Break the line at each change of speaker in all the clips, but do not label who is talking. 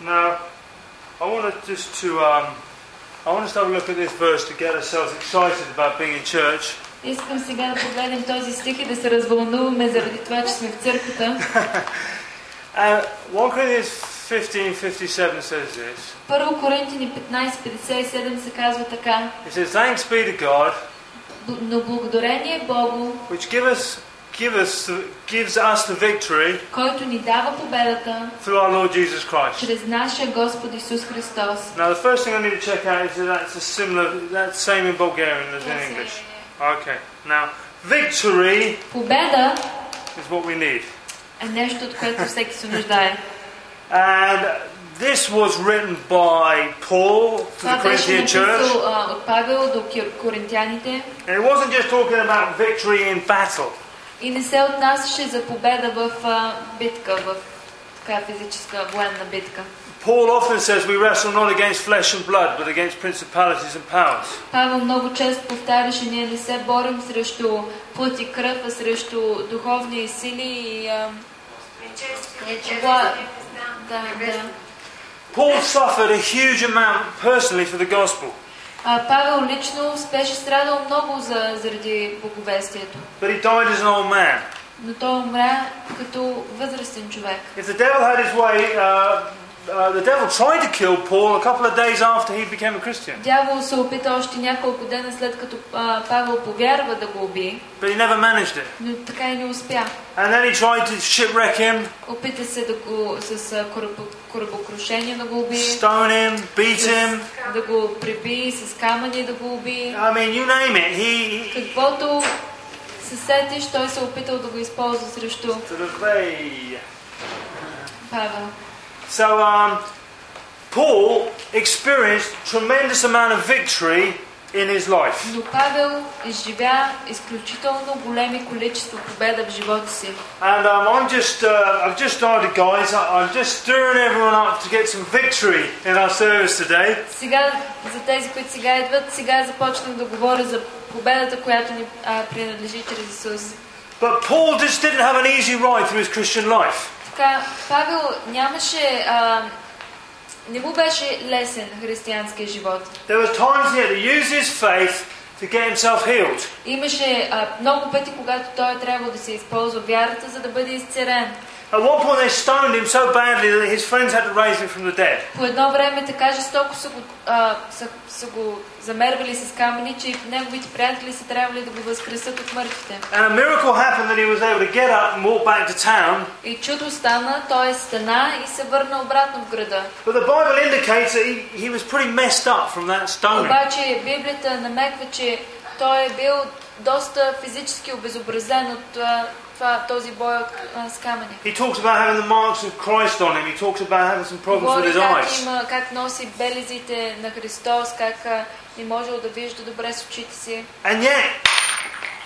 Now, I want us just to, um, I want us to have a look at this verse to get ourselves excited about being in church.
Искам сега да погледнем този стих и да се развълнуваме заради това, че сме в църквата.
And 1 Uh, Corinthians 15 57 says this.
Първо Коринтини 15.57 се казва така.
It says, Thanks be to God,
«Бл- Но благодарение Богу,
which give us, give us, gives us the victory
който ни дава победата
through our Lord Jesus Christ.
чрез нашия Господ Исус Христос.
Now, the first thing I need to check out is that that's a similar, that's same in Bulgarian as in English. Okay. Now, victory
Победа
is what we need.
е нещо, от което всеки се нуждае.
And this was written by Paul to the
Това беше
Corinthian church.
написал а, от Павел до кир- коринтяните
And it wasn't just talking about victory in battle.
и не се отнасяше за победа в а, битка, в така физическа военна битка.
Paul often says we wrestle not against flesh and blood, but against principalities and powers.
Павел много често повтаряше, ние не се борим срещу плът и кръв, а срещу духовни сили и... А, вла... да, да.
Paul suffered a huge amount personally for the gospel,
А, Павел лично беше страдал много за, заради боговестието.
but he died as an old man.
Но той умря като възрастен човек.
If the devil had his way, uh, uh, the devil tried to kill Paul a couple of days after he became a Christian,
Дявол се опита още няколко дена след като а, Павел повярва да го уби,
but he never managed it.
но така и не успя.
And then he tried to shipwreck him,
Опита се да го с а, корабо- корабокрушение да го уби,
stone him, beat
с,
him.
да го приби, с камъни да го уби.
I mean, you name it. He, he
Каквото се сетиш, той се е опитал да го използва срещу
sort of they.
Павел.
So um, Paul experienced tremendous amount of victory in his life.
Но Павел изживя изключително големи количество победа в живота си.
And um, I'm just, uh, I've just started, guys. I- I'm just stirring everyone up to get some victory in our service today.
Сега, за тези, които сега идват, сега започнах да говоря за победата, която ни а, принадлежи чрез Исус.
But Paul just didn't have an easy ride through his Christian life.
Така, Павел нямаше... А, не му беше лесен християнския живот.
There were times he had to use his faith to get himself healed.
Имаше а, много пъти, когато той е трябвало да се използва вярата, за да бъде изцерен.
At one point, they stoned him so badly that his friends had to raise him from the dead.
По едно време така жестоко са го, а, са, са го замервали с камъни, че и неговите приятели са трябвали да го възкресат от мъртвите.
And a miracle happened that he was able to get up and walk back to town.
И чудо стана, той е стана и се върна обратно в града.
But the Bible indicates that he, he was pretty messed up from that stoning.
Обаче Библията намеква, че той е бил доста физически обезобразен от а, това, този бой от, а, с камъни.
He talks about having the marks of Christ on him. He talks about having some problems with
Говори
his
как,
eyes.
има, как носи белезите на Христос, как а, не можел да вижда добре с очите си.
And yet,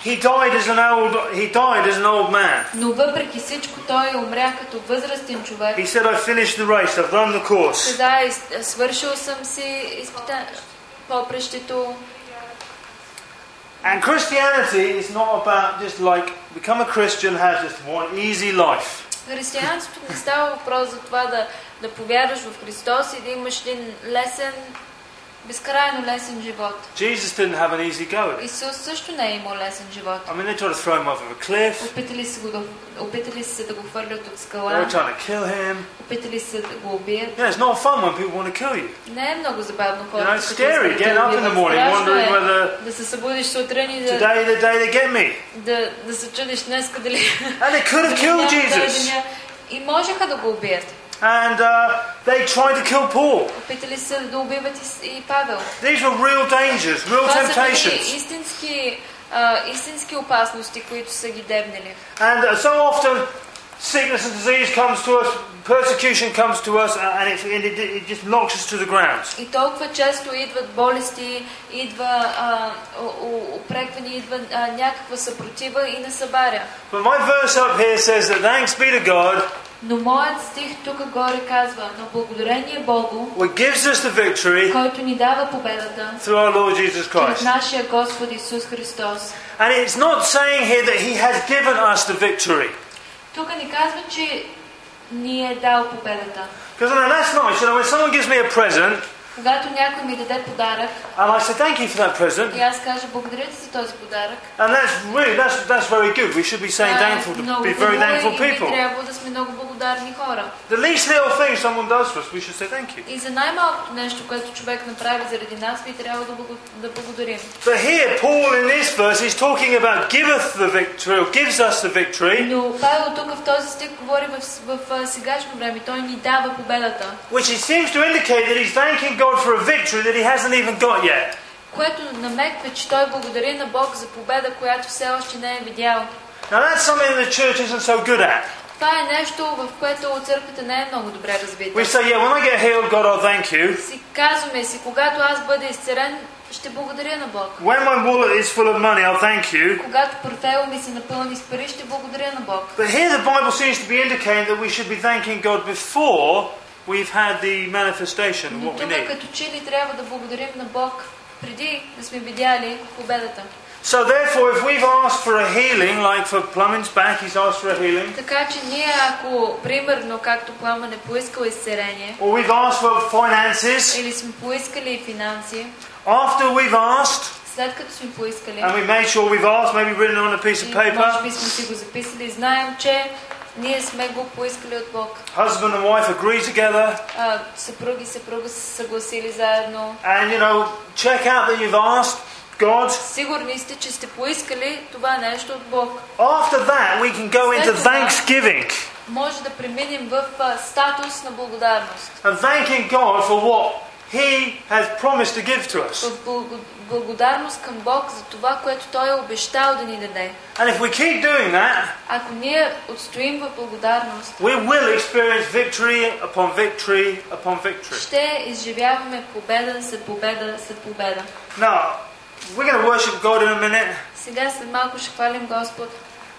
he died as an old he died as an old man.
Но въпреки всичко той умря като възрастен човек.
He said, "I finished the race. I've run the course."
Каза, «Из- свършил съм си изпита... попрещето.
And Christianity is not about just like become a Christian has just one easy life.
Християнството не става въпрос за това да, да повярваш в Христос и да имаш един лесен, безкрайно лесен живот.
Jesus didn't have an easy go at it.
Исус също не е имал лесен живот.
I mean, they tried to throw him off of a cliff.
Опитали са, го да, опитали са се да го хвърлят от
They were
скала,
trying to kill him.
опитали са се да го убият.
Yeah, it's not fun when people want to kill you.
Не е много забавно
You know,
хората.
it's
като искат
scary
да
getting up in the
убиват.
morning
Страшно
wondering
е
whether
да се събудиш сутрин и да,
today the day they get me.
да, да се чудиш днеска дали...
And they could have
дали няма
killed
да е
Jesus.
деня. И можеха да го убият.
And uh, they tried to kill Paul.
Опитали се да убиват и, с- и Павел.
These were real dangers, real
Това са били
temptations.
истински, а, истински опасности, които са ги дебнели.
And uh, so often, sickness and disease comes to us, persecution comes to us, uh, and it, and it, it just knocks us to the ground.
И толкова често идват болести, идва а, о- о- опрекване, идва а, някаква съпротива и не събаря.
But my verse up here says that thanks be to God,
Но моят стих тук горе казва, но благодарение Богу,
what gives us the victory
който ни дава победата,
through our Lord Jesus
чрез
Christ.
нашия Господ Исус Христос.
And it's not saying here that He has given us the victory,
Тук ни казва, че ни е дал победата.
Because I know that's nice. You know, when someone gives me a present,
Когато някой ми даде подарък
and I say thank you for that present,
и аз кажа благодаря ти за този подарък,
and that's really that's that's very good. We should be saying
това е
thankful to
много
be very
хубаво
thankful
и ние
people.
трябва да сме много благодарни хора.
The least little thing someone does for us, we should say thank you.
И за най-малкото нещо, което човек направи заради нас, ми трябва да, благо... да благодарим.
But here, Paul in this verse is talking about giveth the victory, or gives us the victory,
Но Павел тук в този стих говори в, в, а, сегашно време. Той ни дава победата,
which it seems to indicate that he's thanking God for a victory that he hasn't even got yet.
което намеква, че той благодари на Бог за победа, която все още не е видял.
Now that's something the church isn't so good at.
Това е нещо, в което църквата не е много добре
We
развита.
say, yeah, when I get healed, God, I'll thank you.
Си казваме си, когато аз бъда изцерен, ще благодаря на Бог.
When my wallet is full of money, I'll thank you.
Когато портфела ми се напълни с пари, ще благодаря на Бог.
But here the Bible seems to be indicating that we should be thanking God before we've had the manifestation of
Но
what we
тук
need.
като че ли трябва да благодарим на Бог, преди да сме видяли победата.
So therefore, if we've asked for a healing, like for Plumbing's back, he's asked for a healing,
Така че ние, ако примерно, както Пламен е поискал изцерение,
or we've asked for finances,
или сме поискали финанси,
after we've asked,
след като сме поискали,
and we made sure we've asked, maybe written on a piece of
и може
paper,
би сме си го записали, знаем, че ние сме го поискали от Бог.
husband and wife agree together,
А, съпруги и съпруга са се съгласили заедно.
and you know, check out that you've asked God.
Сигурни сте, че сте поискали това нещо от Бог.
After that, we can go into thanksgiving
Може да преминем в а, статус на благодарност.
and thanking God for what He has promised to give to us.
В благо- благодарност към Бог за това, което Той е обещал да ни даде.
And if we keep doing that,
Ако ние отстоим в благодарност,
we will experience victory upon victory upon victory.
ще изживяваме победа след победа след победа.
Now, we're going to worship God in a minute.
Сега след малко ще хвалим Господ.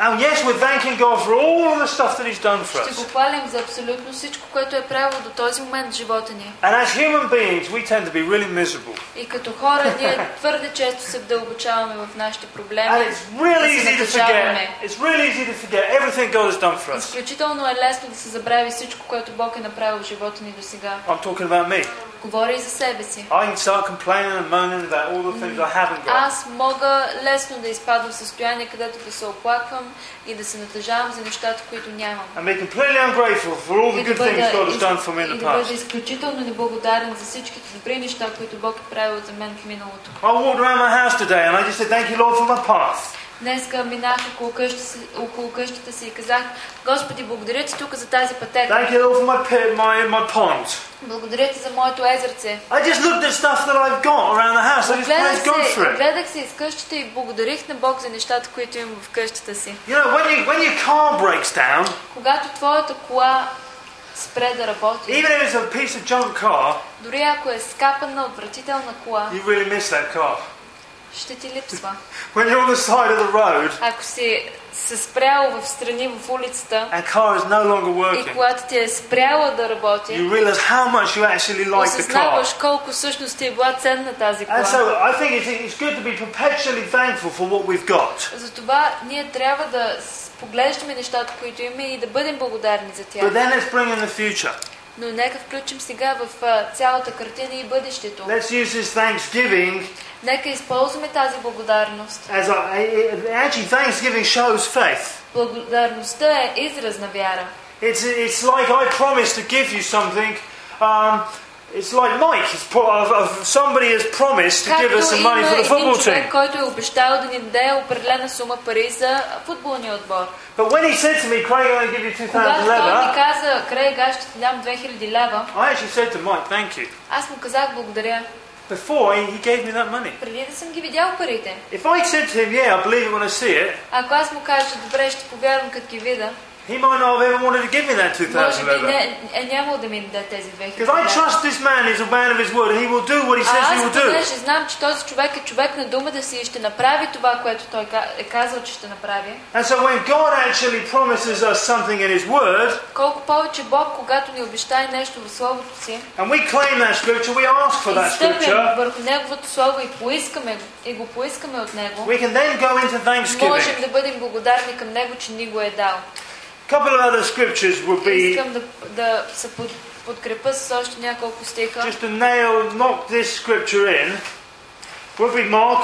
And yes, we're thanking God for all the stuff that He's done for
Ще
us.
го хвалим за абсолютно всичко, което е правило до този момент в живота ни.
And as human beings, we tend to be really miserable.
И като хора ние твърде често се вдълбочаваме в нашите проблеми.
And it's really
Да се
easy to
натъжаваме.
forget. It's really easy to forget everything God has done for us.
Изключително е лесно да се забрави всичко, което Бог е направил в живота ни до сега.
I'm talking about me.
Говори и за себе си.
I can start complaining and moaning about all the things I haven't got.
Аз мога лесно да изпадам в състояние, където да се оплаквам и да се натъжавам за нещата, които нямам.
and be completely ungrateful for all the
И да
good things God
бъда,
has done for me in
и
the
да бъда
past.
изключително неблагодарен за всичките добри неща, които Бог е правил за мен в миналото.
I walked around my house today and I just said, Thank you, Lord, for my path.
Днеска минах около къщата, си, около къщата си и казах, Господи, благодаря ти тук за тази пътека.
Thank you, Lord, for my, pe- my, my pond.
Благодаря ти за моето езерце.
I just looked at stuff that I've got around the house. I just
Гледах
praised God
се,
for it.
гледах се из къщата и благодарих на Бог за нещата, които имам в къщата си.
You know, when, you, when your car breaks down,
Когато твоята кола спре да работи,
even if it's a piece of junk car,
дори ако е скапана отвратителна кола,
you really miss that car.
ще ти липсва.
When you're on the side of the road
Ако си се спрял в страни в улицата
and car is no longer
и
working,
колата ти е спряла да работи,
you realize how much you actually like the car.
осъзнаваш колко всъщност ти е била ценна
And
тази кола.
so I think it's, it's good to be perpetually thankful for what we've got.
Затова ние трябва да с- поглеждаме нещата, които имаме и да бъдем благодарни за
But
тях.
then let's bring in the future.
Но нека включим сега в а, цялата картина и бъдещето.
Let's use this Thanksgiving
Нека използваме тази благодарност.
as a, a- a- actually Thanksgiving shows faith.
Благодарността е израз на вяра.
It's, it's like I promised to give you something. Um, it's like Mike. It's pro- uh, uh, somebody has promised to give
Както
us some
има
money for the
един
football team.
човек, който е обещал да ни даде определена сума пари за футболния отбор.
But when he said to me, Craig, I'm going to give you 2,000
Когато той ми
leather,
каза, Крейг, аз ще ти дам 2000 лева,
I actually said to Mike, thank you.
аз му казах благодаря,
Before he, he gave me that money.
преди да съм ги видял парите.
If I said to him, yeah, I believe it when I see it,
Ако аз му кажа, добре, ще повярвам, като ги видя,
he might not have ever wanted to give me that
може
2,000
би
leather.
не, е нямало да ми даде тези 2000
Because I
лева.
trust this man is a man of his word and he will do what he says
А
he will
аз
do.
понеже знам, че този човек е човек на думата си и ще направи това, което той ка- е казал, че ще направи.
And so when God actually promises us something in his word,
Колко повече Бог, когато ни обещае нещо в Словото си,
and we claim that scripture, we ask for that
изтъпим
scripture,
върху Неговото Слово и поискаме и го поискаме от Него,
we can then go into
можем
thanksgiving.
да бъдем благодарни към Него, че ни го е дал.
A couple of other scriptures would be
Искам да, да се под- подкрепа с още няколко стиха.
Just to nail, knock this scripture in, would be Mark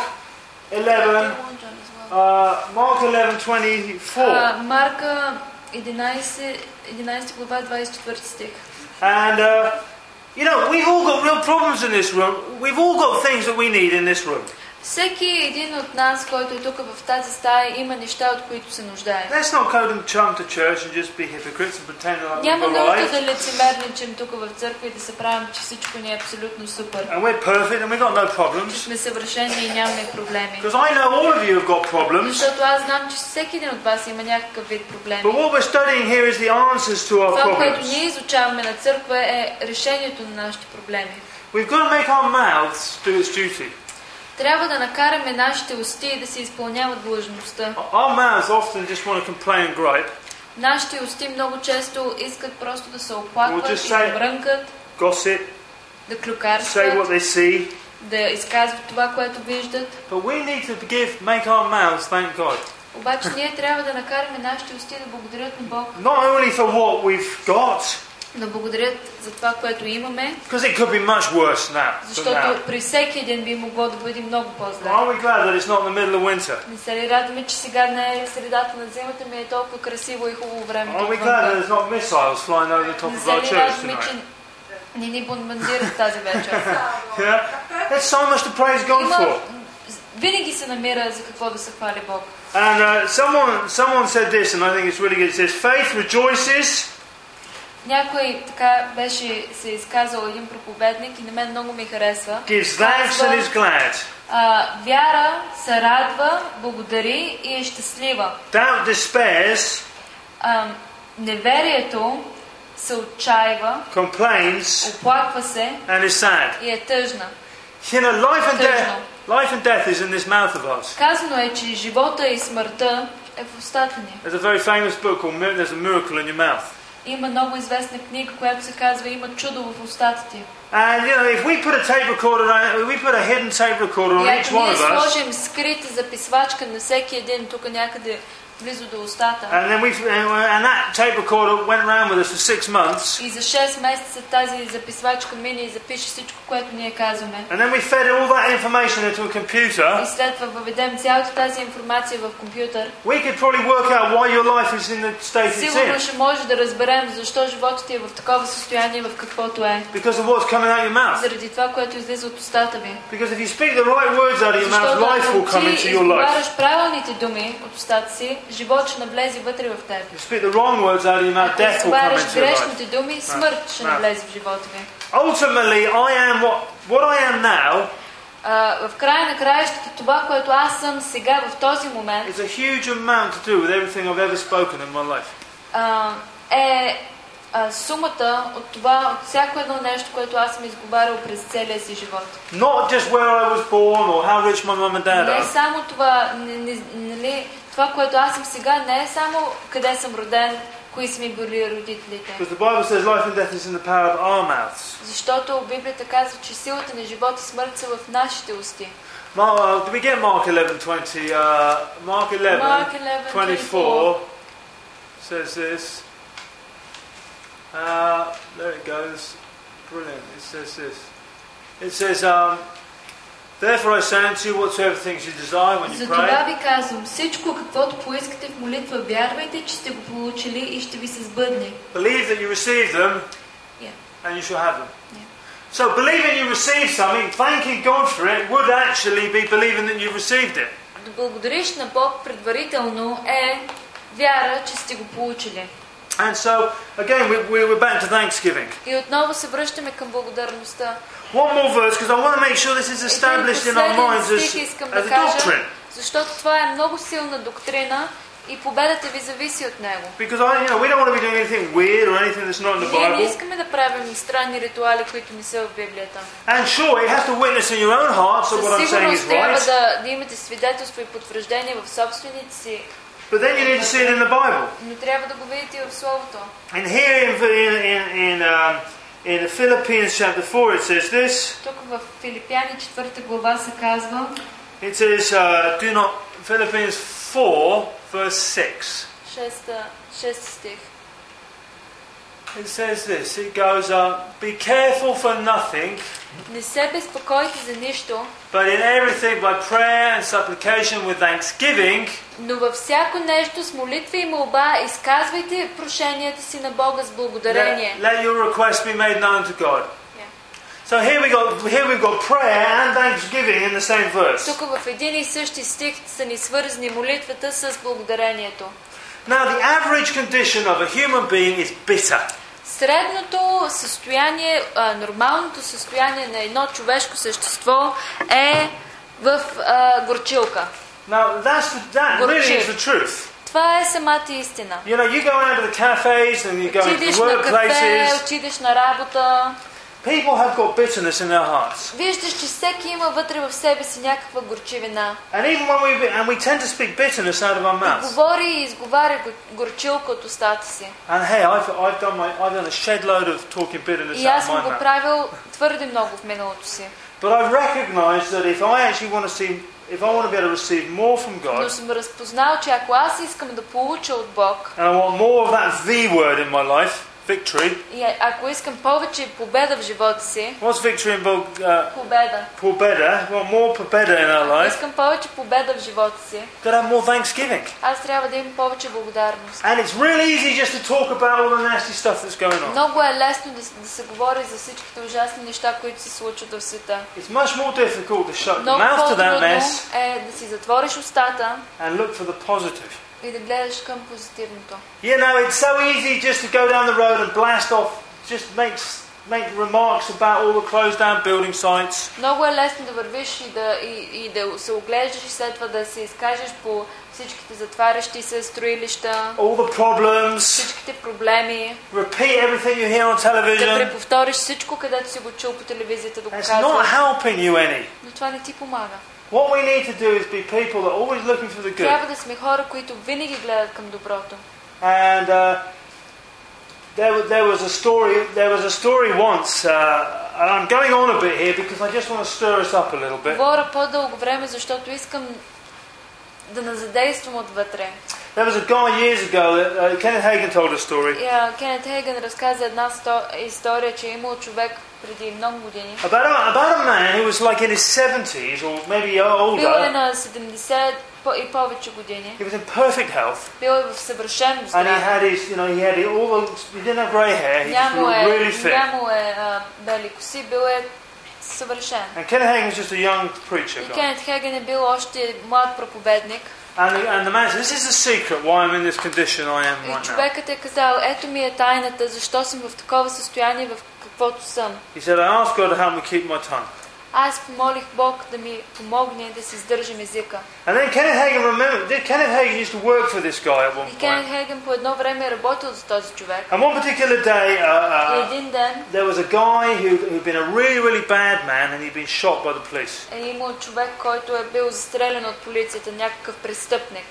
11, uh, Mark 11, 24.
А, Марка 11, 11 глава 24 стих.
And, uh, you know, we've all got real problems in this room. We've all got things that we need in this room.
Всеки един от нас, който е тук в тази стая, има неща, от които се нуждае.
Let's not go and chum to church and just be hypocrites and pretend like we've
Няма нужда
arrived.
да лицемерничим тук в църква и да се правим, че всичко ни е абсолютно супер.
And we're perfect and we've got no
Че
problems.
сме съвършени и нямаме проблеми.
Because I know all of you have got problems.
Защото аз знам, че всеки един от вас има някакъв вид проблеми.
But what we're studying here is the answers to our
Това, което
problems.
ние изучаваме на църква е решението на нашите проблеми.
We've got to make our mouths do its duty.
Трябва да накараме нашите усти да се изпълняват длъжността.
Our mouths often just want to complain and gripe,
Нашите усти много често искат просто да се
We'll
оплакват
just
и
say-
да мрънкат,
gossip,
да
say what
клюкарстват,
they see.
да изказват това, което виждат.
But we need to give, make our mouths thank God.
Обаче ние трябва да накараме нашите усти да благодарят на Бог,
Not only for what we've got,
да благодарят за това, което имаме,
because it could be much worse now. than now.
защото при всеки един би могло да бъде много по-зле.
Aren't we glad that it's not in the middle of winter?
Не се ли радваме, че сега не е средата на зимата ми е толкова красиво и хубаво време
Aren't we
тук
glad that
вънка?
there's not missiles flying over the top
Не
of
се
our
ли
church
радваме,
tonight?
че не ни бомбандират тази вечер?
Yeah? There's so much to praise God
Има,
for.
винаги се намира за какво да се хвали Бог.
And uh, someone, someone said this, and I think it's really good. It says, "Faith rejoices,
Някой така беше се изказал един проповедник и на мен много ми харесва.
gives thanks, and is glad.
А, вяра се радва, благодари и е щастлива.
Doubt despairs,
А, неверието се отчаива,
complains,
оплаква се
and is sad."
и е тъжна.
You know, life and
Tъжно.
death, life and death is in this mouth of ours.
Казано е, че живота и смъртта е в устата ни.
There's a very famous book called Mir- "There's a Miracle in Your Mouth."
Има много известна книга, която се казва Има чудо в устата ти.
And you know, if we put a tape recorder, on, if we put a hidden tape recorder on
И
each
ако
one
ние
of us,
сложим скрита записвачка на всеки един тук някъде близо до устата,
and then we, and and that tape recorder went around with us for six months,
и за 6 месеца тази записвачка мине и запише всичко, което ние казваме.
and then we fed all that information into a computer.
И след това въведем цялата тази информация в компютър.
We could probably work out why your life is in the state it's
Сигурно
in
ще може да разберем защо живота ти е в такова състояние, в каквото е.
because of what's coming out of your mouth.
Заради това, което излиза от устата ви.
Because if you speak the right words out of your mouth,
Защото
life will
ако
come
ти
into your life.
изговаряш правилните думи от устата си, живот ще навлезе вътре в теб.
If you speak the wrong words out of your mouth,
Ако
death will come
изговаряш
into your life.
грешните думи, смърт ще
Да.
навлезе в живота ви.
Ultimately, I am what what I am now
А, в края на краищата това, което аз съм сега в този момент,
is a huge amount to do with everything I've ever spoken in my life.
а, е а, сумата от това, от всяко едно нещо, което аз съм изговарял през целия си живот.
Not just where I was born or how rich my mum and dad
Не е
are.
само това, не- не- нали, това, което аз съм сега, не е само къде съм роден, кои са ми били родителите.
Because the Bible says life and death is in the power of our mouths.
Защото Библията казва, че силата на живот и смърт са в нашите усти.
Mark, uh, did we get Mark 11, 20? Uh, Mark 11,
Марк 11,
24 says this. Uh, there it goes. Brilliant. It says this. It says, um, Therefore I say unto you, whatsoever things you desire when you
Затова
pray,
ви казвам, всичко каквото поискате в молитва, вярвайте, че сте го получили и ще ви се сбъдне.
believe that you receive them,
Yeah.
and you shall have them.
Yeah.
So believing you receive something, thanking God for it, would actually be believing that you've received it.
Да благодариш на Бог предварително е вяра, че сте го получили.
And so, again, we, we, we're back to Thanksgiving.
И отново се връщаме към благодарността.
One more verse, because I want to make sure this is established in our
последен
minds as,
стих искам
as
да
a
кажа,
doctrine.
защото това е много силна доктрина и победата ви зависи от него.
Because I, you know, we don't want to be doing anything weird or anything that's not in the
Ние не
Bible.
искаме да правим странни ритуали, които не са в Библията.
And sure, it has to witness in your own hearts that what I'm
Със
saying is
сигурност трябва
right.
да, да имате свидетелство и потвърждение в собствените си,
But then you need to see it in the Bible.
но трябва да го видите и в Словото.
And here in in in, in, um, in Philippians chapter four, it says this.
Тук в Филипяни 4 глава се казва
It says, uh, "Do not." Philippians four verse six.
6, 6 стих.
It says this. It goes, uh, "Be careful for nothing,
Не се безпокойте за нищо,
but in everything by prayer and supplication with thanksgiving,
но във всяко нещо с молитва и молба изказвайте прошенията си на Бога с благодарение.
let, let your request be made known to God."
Yeah.
So here we got here we've got prayer and thanksgiving in the same verse.
Тук в един и същи стих са ни свързани молитвата с благодарението.
Now, the average condition of a human being is bitter.
Средното състояние, а, нормалното състояние на едно човешко същество е в а, горчилка.
Now, that's the, that
Well,
really
true.
is the truth.
Това е самата истина.
You know, you go out to the cafes and you go to
Отидеш на кафе,
workplaces.
отидеш на работа.
People have got bitterness in their hearts,
Виждаш, че всеки има вътре в себе си някаква горчивина.
and even when we and we tend to speak bitterness out of our mouths.
Говори и изговаря го- горчилка от устата си.
And hey, I've, I've done my I've done a shed load of talking bitterness
И
out
аз
of
съм
my
го
mouth.
правил твърде много в миналото си.
But I've recognised that if I actually want to see, if I want to be able to receive more from
Но
God,
съм разпознал, че ако аз искам да получа от Бог,
and I want more of that V word in my life, victory.
и а- ако искам повече победа в живота си,
What's victory in Bul- uh,
победа.
Paul Beda, well, more Paul Beda in our
Ако
life,
искам повече победа в живота си,
got to have more thanksgiving.
аз трябва да имам повече благодарност.
And it's really easy just to talk about all the nasty stuff that's going on.
Много е лесно да, с- да се говори за всичките ужасни неща, които се случват в света.
It's much more difficult to shut your
Много
mouth to that
по-трудно
mess
е да си затвориш устата
and look for the positive.
и да гледаш към позитивното.
You know, it's so easy just to go down the road and blast off, just make, make remarks about all the closed down building sites.
Много е лесно да вървиш и да, и, и да се оглеждаш и след това да се изкажеш по всичките затварящи се строилища,
All the problems,
всичките проблеми,
repeat everything you hear on
да
television.
преповториш всичко, където си го чул по телевизията да го
It's not
казваш.
helping you any.
Но това не ти помага.
What we need to do is be people that are always looking for the good.
Трябва да сме хора, които винаги гледат към доброто.
And uh, there, wa- there was a story. There was a story once, uh, and I'm going on a bit here because I just want to stir us up a little bit.
Говоря по-дълго време, защото искам да назадействам отвътре.
There was a guy years ago that uh, Kenneth Hagin told a story
И, а, Кенет Хейгън разказа една сто- история, че е имал човек преди много години.
about a, about a man who was like in his 70s or maybe
Бил е
older.
на 70 по- и повече години.
He was in perfect health,
Бил е в съвършено
and he
здраве.
had his, you know, he had all the, he didn't have grey hair. He just
Нямало
looked really
е,
fit.
нямало е а, бели коси, бил е съвършен.
And Kenneth Hagin was just a young preacher
И
guy.
Кенет Хеген е бил още млад проповедник.
And the, and the man said, "This is the secret why I'm in this condition I am
И
right now."
човекът е казал, ето ми е тайната, защо съм в такова състояние, в каквото съм.
He said, "I asked God to help me keep my tongue."
Аз помолих Бог да ми помогне да си сдържам езика.
And then Kenneth Hagin remembered, did Kenneth Hagin used to work for this guy at one
И Кенет
point.
Хеген по едно време е работил за този човек.
And one particular day, uh,
И
uh,
един ден
there was a guy who, who'd been a really, really bad man and he'd been shot by the police.
е имал човек, който е бил застрелен от полицията, някакъв престъпник.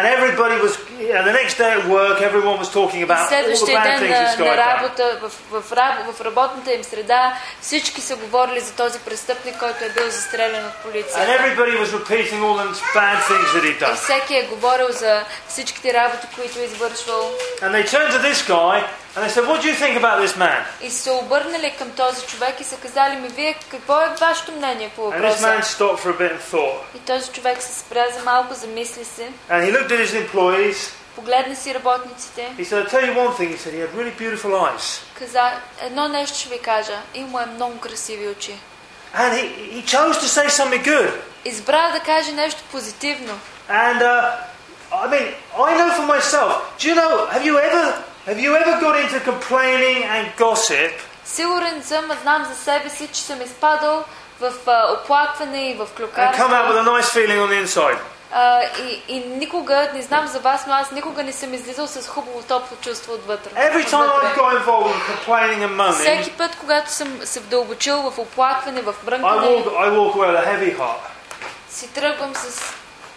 And everybody was, uh, the next day at work, everyone was talking
И
about all the
следващия
bad
ден
things this
на, на
guy had done.
работа, в, в, раб- в работната им среда, всички са говорили за този престъпник, който е бил застрелен от
And
полицията.
everybody was repeating all the bad things that he'd
И
done.
всеки е говорил за всичките работи, които е извършвал.
And they turned to this guy and they said, What do you think about this man?
И са се обърнали към този човек и са казали ми, вие какво е вашето мнение по
And this man
въпроса?
stopped for a bit and thought.
И този човек се спря за малко, замисли се,
And he looked at his employees.
погледна си работниците,
He said, I'll tell you one thing. He said, He had really beautiful eyes.
каза, едно нещо ще ви кажа, има е много красиви очи.
And he, he chose to say something good.
Избра да каже нещо позитивно.
And uh, I mean, I know for myself. Do you know? Have you ever have you ever got into complaining and gossip?
Сигурен съм, а знам за себе си, че съм изпадал в а, оплакване и в
And come out with
клюкарство.
a nice feeling on the inside.
А, и, и никога, не знам за вас, но аз никога не съм излизал с хубаво топло чувство отвътре.
Every time I've
Отвътре.
got involved in complaining and moaning,
Всеки път, когато съм се вдълбочил в оплакване, в
I
мрънкане,
walk I walk away with a heavy heart.
си тръгвам с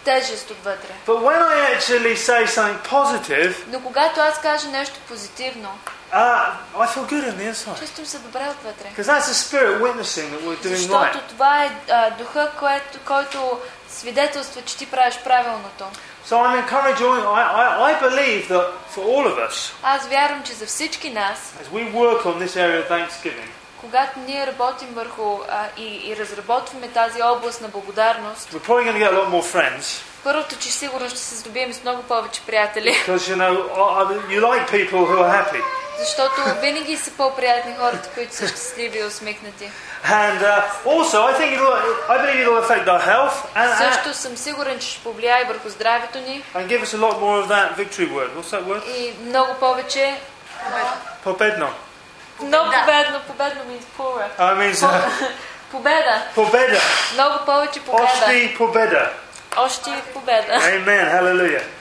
тежест отвътре.
But when I actually say something positive,
Но когато аз кажа нещо позитивно,
uh, I feel good on the inside
чувствам се добре отвътре.
because that's the spirit witnessing that we're doing
Защото
right.
това е а, духа, което, който свидетелства, че ти правиш правилното.
So I'm encouraging, I, I, I believe that for all of us,
Аз вярвам, че за всички нас,
as we work on this area of thanksgiving,
когато ние работим върху а, и, и разработваме тази област на благодарност,
we're probably going to get a lot more friends.
първото, че сигурно ще се здобием с много повече приятели,
Because, you know, I, I, you like people who are happy.
защото винаги са по-приятни хората, които са щастливи и усмихнати.
And uh, also, I think it'll, I believe it'll affect our health and,
Също съм сигурен, че ще повлияе върху здравето ни
and give us a lot more of that victory word. What's that word?
и много повече,
Pobedno.
много победно, победно ми изплува.
Uh, it means uh,
Победа!
pobeda.
Много повече победа!
Osti pobeda.
Още победа!
Amen. Hallelujah.